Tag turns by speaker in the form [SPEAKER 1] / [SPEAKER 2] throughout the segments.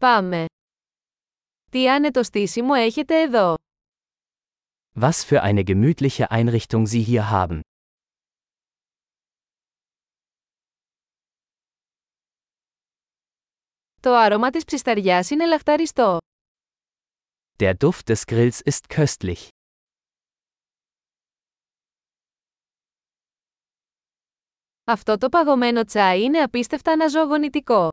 [SPEAKER 1] Πάμε. Τι άνετο στήσιμο έχετε εδώ.
[SPEAKER 2] Was für eine gemütliche Einrichtung Sie hier haben.
[SPEAKER 1] Το άρωμα της ψισταριάς είναι λαχταριστό.
[SPEAKER 2] Der Duft des Grills ist köstlich.
[SPEAKER 1] Αυτό το παγωμένο τσάι είναι απίστευτα αναζωογονητικό.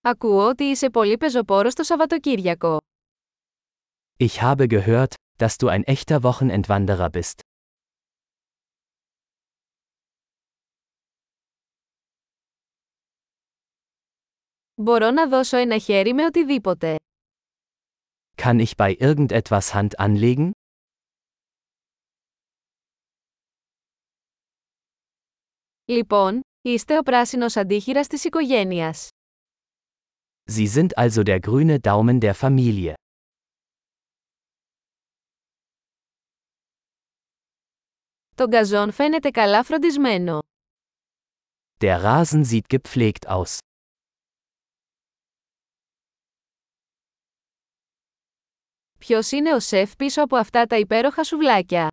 [SPEAKER 1] Ακούω ότι είσαι πολύ πεζοπόρος το Σαββατοκύριακο.
[SPEAKER 2] Ich habe gehört, dass du ein echter Wochenendwanderer bist.
[SPEAKER 1] Μπορώ να δώσω ένα χέρι με οτιδήποτε.
[SPEAKER 2] Kann ich bei irgendetwas Hand anlegen?
[SPEAKER 1] Λοιπόν, είστε ο πράσινος αντίχειρας της οικογένειας.
[SPEAKER 2] Sie sind also der grüne Daumen der Familie.
[SPEAKER 1] Το γκαζόν φαίνεται καλά φροντισμένο.
[SPEAKER 2] Der Rasen sieht gepflegt aus.
[SPEAKER 1] Ποιος είναι ο σεφ πίσω από αυτά τα υπέροχα σουβλάκια.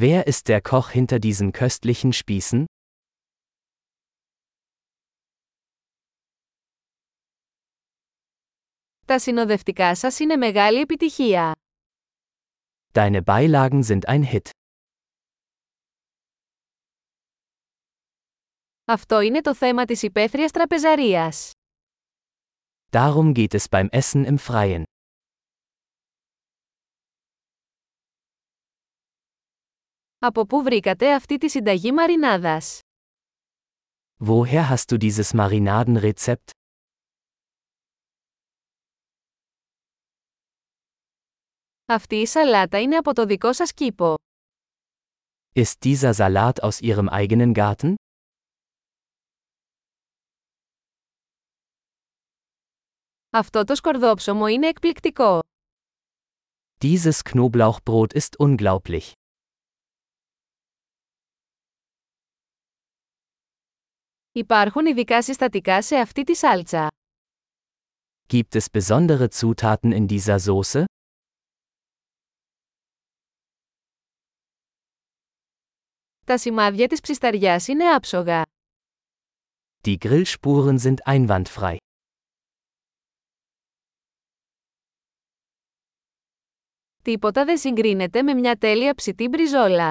[SPEAKER 2] Wer ist der Koch hinter diesen köstlichen Spießen?
[SPEAKER 1] Τα συνοδευτικά σας είναι μεγάλη επιτυχία.
[SPEAKER 2] Deine Beilagen sind ein Hit.
[SPEAKER 1] Αυτό είναι το θέμα της υπαίθριας τραπεζαρίας.
[SPEAKER 2] Darum geht es beim Essen im Freien.
[SPEAKER 1] Από πού βρήκατε αυτή τη συνταγή μαρινάδας.
[SPEAKER 2] Woher hast du dieses Marinadenrezept?
[SPEAKER 1] Αυτή η σαλάτα είναι από το δικό σας κήπο.
[SPEAKER 2] Ist dieser Salat aus Ihrem eigenen Garten?
[SPEAKER 1] Αυτό το σκορδόψωμο είναι εκπληκτικό.
[SPEAKER 2] Dieses Knoblauchbrot ist unglaublich.
[SPEAKER 1] Υπάρχουν ειδικά συστατικά σε αυτή τη σάλτσα.
[SPEAKER 2] Gibt es besondere Zutaten in dieser Soße?
[SPEAKER 1] Τα σημάδια της ψισταριάς είναι άψογα.
[SPEAKER 2] Die Grillspuren sind einwandfrei.
[SPEAKER 1] Τίποτα δεν συγκρίνεται με μια τέλεια ψητή μπριζόλα.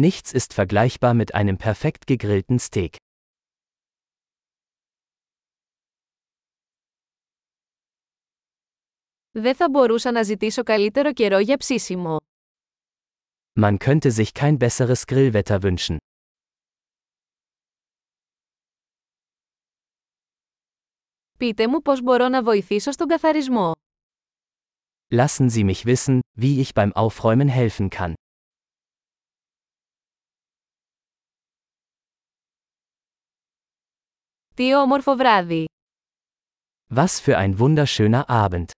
[SPEAKER 2] Nichts ist vergleichbar mit einem perfekt gegrillten Steak.
[SPEAKER 1] Δεν θα μπορούσα να ζητήσω καλύτερο καιρό για ψήσιμο.
[SPEAKER 2] Man könnte sich kein besseres Grillwetter wünschen.
[SPEAKER 1] Πείτε μου πώς μπορώ να βοηθήσω στον καθαρισμό.
[SPEAKER 2] Lassen Sie mich wissen, wie ich beim Aufräumen helfen kann.
[SPEAKER 1] Τι όμορφο βράδυ!
[SPEAKER 2] Was für ein wunderschöner Abend.